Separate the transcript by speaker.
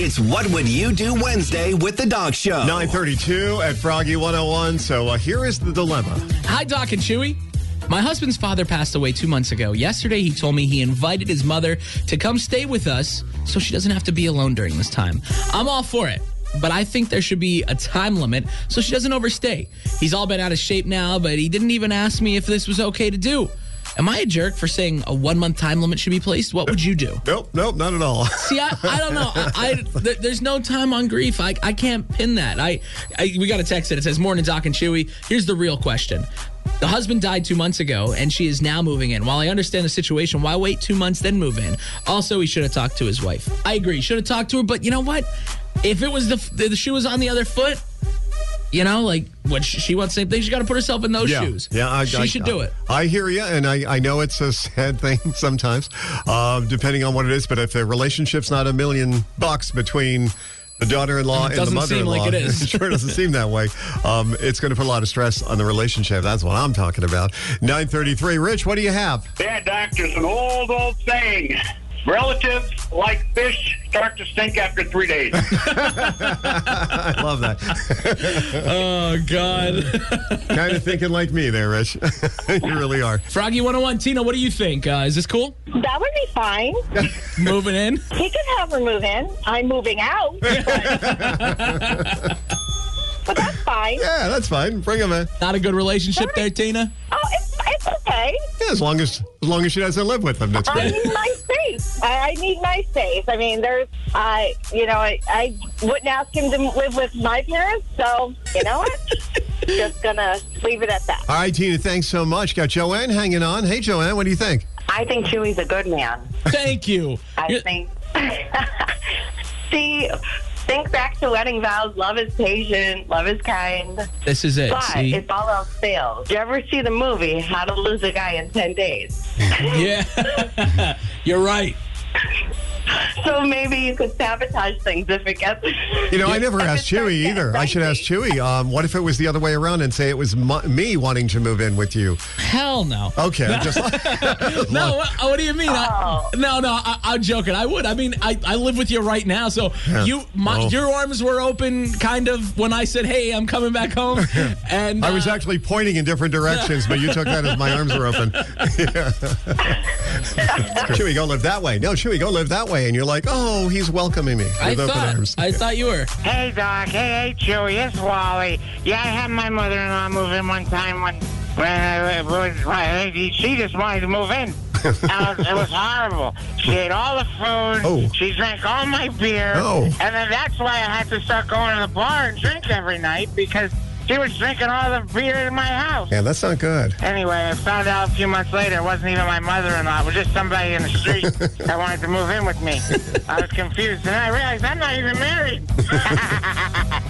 Speaker 1: It's What Would You Do Wednesday with the Dog Show.
Speaker 2: 932 at Froggy 101. So uh, here is the dilemma.
Speaker 3: Hi, Doc and Chewy. My husband's father passed away two months ago. Yesterday, he told me he invited his mother to come stay with us so she doesn't have to be alone during this time. I'm all for it, but I think there should be a time limit so she doesn't overstay. He's all been out of shape now, but he didn't even ask me if this was okay to do. Am I a jerk for saying a one month time limit should be placed? What would you do?
Speaker 2: Nope, nope, not at all.
Speaker 3: See, I, I don't know. I, I there, there's no time on grief. I, I can't pin that. I, I we got a text that it says morning Doc and Chewy. Here's the real question. The husband died two months ago, and she is now moving in. While I understand the situation, why wait two months then move in? Also, he should have talked to his wife. I agree, should have talked to her. But you know what? If it was the the shoe was on the other foot, you know, like what sh- she wants, same thing. She got to put herself in those shoes.
Speaker 2: Yeah, I,
Speaker 3: she
Speaker 2: I-
Speaker 3: should do it.
Speaker 2: I hear you, and I, I know it's a sad thing sometimes, uh, depending on what it is. But if the relationship's not a million bucks between the daughter-in-law and the
Speaker 3: doesn't seem
Speaker 2: mother-in-law,
Speaker 3: like it is.
Speaker 2: sure doesn't seem that way. Um, it's going to put a lot of stress on the relationship. That's what I'm talking about. 933, Rich, what do you have?
Speaker 4: Yeah, Doc, there's an old, old saying. Relatives like fish start to stink after three days.
Speaker 2: I love that.
Speaker 3: Oh God,
Speaker 2: kind of thinking like me there, Rich. you really are.
Speaker 3: Froggy 101, Tina, what do you think? Uh, is this cool?
Speaker 5: That would be fine.
Speaker 3: Moving in?
Speaker 5: He could have her move in. I'm moving out. but- But that's fine.
Speaker 2: Yeah, that's fine. Bring him in.
Speaker 3: Not a good relationship there, Tina.
Speaker 5: Oh, it's, it's okay.
Speaker 2: Yeah, as long as as long as she doesn't live with him, that's
Speaker 5: I
Speaker 2: great.
Speaker 5: need my space. I, I need my space. I mean, there's, I, you know, I, I wouldn't ask him to live with my parents, so you know what? Just gonna leave it at that.
Speaker 2: All right, Tina, thanks so much. Got Joanne hanging on. Hey, Joanne, what do you think?
Speaker 6: I think Chewy's a good man.
Speaker 3: Thank you.
Speaker 6: I
Speaker 3: You're-
Speaker 6: think. See, think back to wedding vows. Love is patient. Love is kind.
Speaker 3: This is it.
Speaker 6: But
Speaker 3: See?
Speaker 6: if all else fails, you ever see the movie How to Lose a Guy in Ten Days?
Speaker 3: Yeah, you're right.
Speaker 6: So maybe you could sabotage things if it gets.
Speaker 2: You know, I never
Speaker 6: If it
Speaker 2: asked
Speaker 6: starts
Speaker 2: Chewy
Speaker 6: getting
Speaker 2: either. I should ask
Speaker 6: dicey.
Speaker 2: Chewy. Um, what if it was the other way around and say it was mu me wanting to move in with you?
Speaker 3: Hell no.
Speaker 2: Okay, I'm just
Speaker 3: No, what, what do you mean? I,
Speaker 6: Oh.
Speaker 3: no, no, I, I'm joking. I would. I mean, I, I live with you right now, so
Speaker 2: Yeah.
Speaker 3: you my,
Speaker 2: Oh.
Speaker 3: your arms were open, kind of, when I said, "Hey, I'm coming back home," and
Speaker 2: I was
Speaker 3: uh,
Speaker 2: actually pointing in different directions, but you took that as my arms were open. Yeah. Chewy, go live that way. No, Chewy, go live that way. And you're like, oh, he's welcoming me with
Speaker 3: I
Speaker 2: open
Speaker 3: thought
Speaker 2: arms.
Speaker 3: I thought you were.
Speaker 7: Hey, Doc. Hey, hey, Chewy. It's Wally. Yeah, I had my mother-in-law move in one time when when I was my she just wanted to move in. I was, it was horrible. She ate all the food.
Speaker 2: Oh.
Speaker 7: She drank all my beer.
Speaker 2: Oh.
Speaker 7: And then that's why I had to start going to the bar and drink every night because she was drinking all the beer in my house.
Speaker 2: yeah, that's not good.
Speaker 7: Oh. Anyway, I found out a few months later it wasn't even my mother-in-law. It was just somebody in the street that wanted to move in with me. I was confused, and I realized I'm not even married.